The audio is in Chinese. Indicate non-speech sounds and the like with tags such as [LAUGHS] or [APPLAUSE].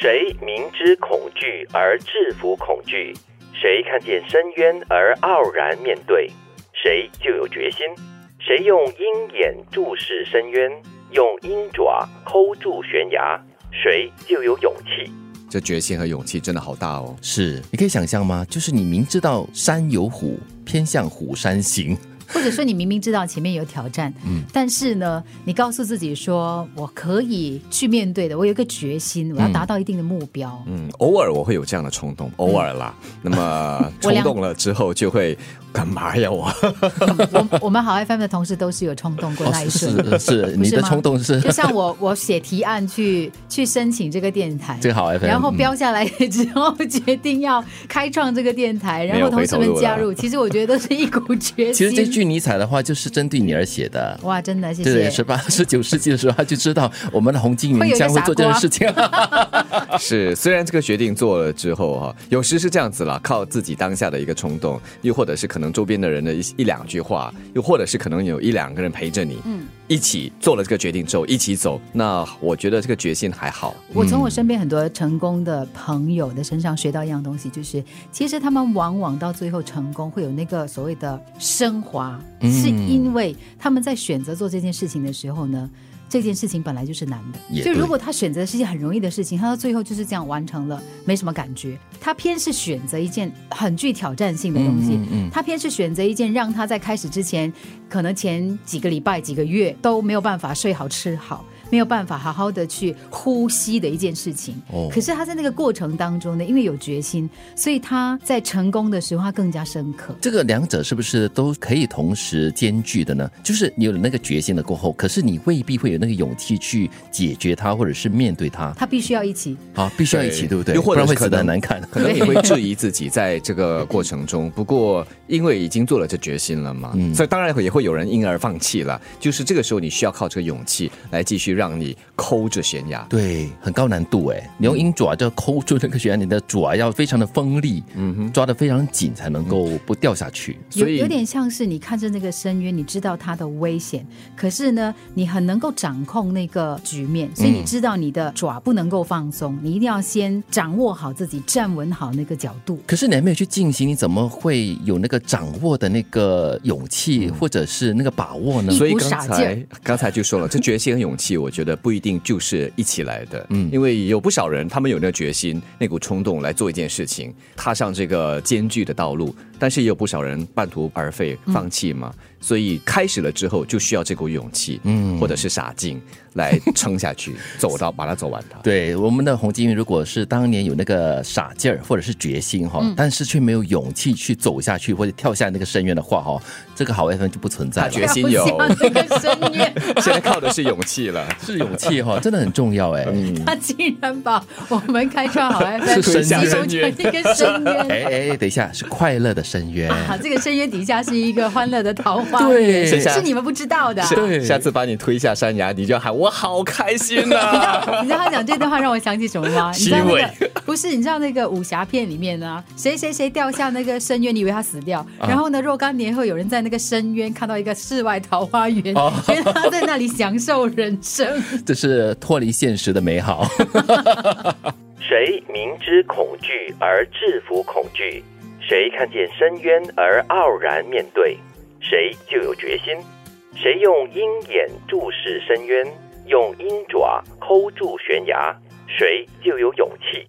谁明知恐惧而制服恐惧？谁看见深渊而傲然面对？谁就有决心。谁用鹰眼注视深渊，用鹰爪抠住悬崖，谁就有勇气。这决心和勇气真的好大哦。是，你可以想象吗？就是你明知道山有虎，偏向虎山行。或者说你明明知道前面有挑战，嗯但是呢，你告诉自己说我可以去面对的，我有一个决心，嗯我要达到一定的目标。嗯，偶尔我会有这样的冲动，偶尔 [LAUGHS] 啦。那么我冲俩动了之后就会干嘛呀我？我我们好 FM 的同事都是有冲动过那一瞬，嗯哦是是， [LAUGHS] 不你是的吗冲动是就像我我写提案去去申请这个电台， [LAUGHS] 这个好嗯 FM 然后标下来之后决定要开创这个电台，然没有后同回头事们路了加入，其实我觉得都是一股决其心。实这句尼采的话就是针对你而写的。哇，真的谢对对，谢十。八、十九世纪的时候，他就知道我们的洪金会有明一个将会做这件事情。 [LAUGHS] [LAUGHS] 是，虽然这个决定做了之后哈、有时是这样子啦，靠自己当下的一个冲动，又或者是可能周边的人的一一两句话，又或者是可能有一两个人陪着你，嗯，一起做了这个决定之后一起走，那我觉得这个决心还好。我从我身边很多成功的朋友的身上学到一样东西，就是其实他们往往到最后成功会有那个所谓的升华，是因为他们在选择做这件事情的时候呢。这件事情本来就是难的，也就对如果他选择的是一件很容易的事情，他到最后就是这样完成了，没什么感觉。他偏是选择一件很具挑战性的东西，他偏是选择一件让他在开始之前，可能前几个礼拜、几个月都没有办法睡好、吃好，没有办法好好的去呼吸的一件事情。哦可是他在那个过程当中呢，因为有决心，所以他在成功的时候，他更加深刻。这个两者是不是都可以同时兼具的呢？就是你有了那个决心了过后，可是你未必会有那个勇气去解决它，或者是面对它。他必须要一起，啊，必须要一起，对对不对？又或者不然会是可死的能难看。 [LAUGHS] 可能你会质疑自己在这个过程中，不过因为已经做了这决心了嘛，嗯所以当然也会有人因而放弃了。就是这个时候，你需要靠这个勇气来继续让你抠着悬崖。对，很高难度哎！你用鹰爪就要抠住那个悬崖，你的爪要非常的锋利，嗯哼，抓得非常紧才能够不掉下去。有所以有点像是你看着那个深渊，你知道它的危险，可是呢，你很能够掌控那个局面，所以你知道你的爪不能够放松，你一定要先掌握好自己，站稳好那个角度。可是你还没有去进行，你怎么会有那个掌握的那个勇气，或者是那个把握呢一？嗯所以股刚傻劲才 [LAUGHS] 刚才就说了，这决心和勇气，我觉得不一定就是一起来的。嗯，因为有不少人他们有那个决心、那股冲动来做一件事情，踏上这个艰巨的道路，但是也有不少人半途而废、嗯放弃嘛。所以开始了之后，就需要这股勇气，嗯，或者是傻 [LAUGHS] 劲来撑下去，走到把它走完它。对，我们的洪金玉如果是当年有那个傻劲儿或者是决心哈，嗯但是却没有勇气去走下去或者跳下那个深渊的话哈，这个好 F N 就不存在他了。决心有跳向那个深渊， [LAUGHS] [LAUGHS] 现在靠的是勇气了。是勇气 [LAUGHS] 哈，真的很重要哎。嗯他竟然把我们开创好是 FM 深形渊容成一个深哎渊。哎，等一下，是快乐的深渊。啊，这个深渊底下是一个欢乐的桃花对源，剩下是你们不知道的。是对下次把你推下山崖，你就喊我好开心啊呐、 [LAUGHS] 你知道他讲这段话让我想起什么吗？你知道虚那伪个不是？你知道那个武侠片里面呢，谁谁谁掉下那个深渊，你以为他死掉，啊然后呢，若干年后有人在那个深渊看到一个世外桃花源， [LAUGHS] 哦觉得他在那里享受人生。这是脱离现实的美好。谁明知恐惧而制服恐惧？谁看见深渊而傲然面对？谁就有决心。谁用鹰眼注视深渊，用鹰爪抠住悬崖，谁就有勇气。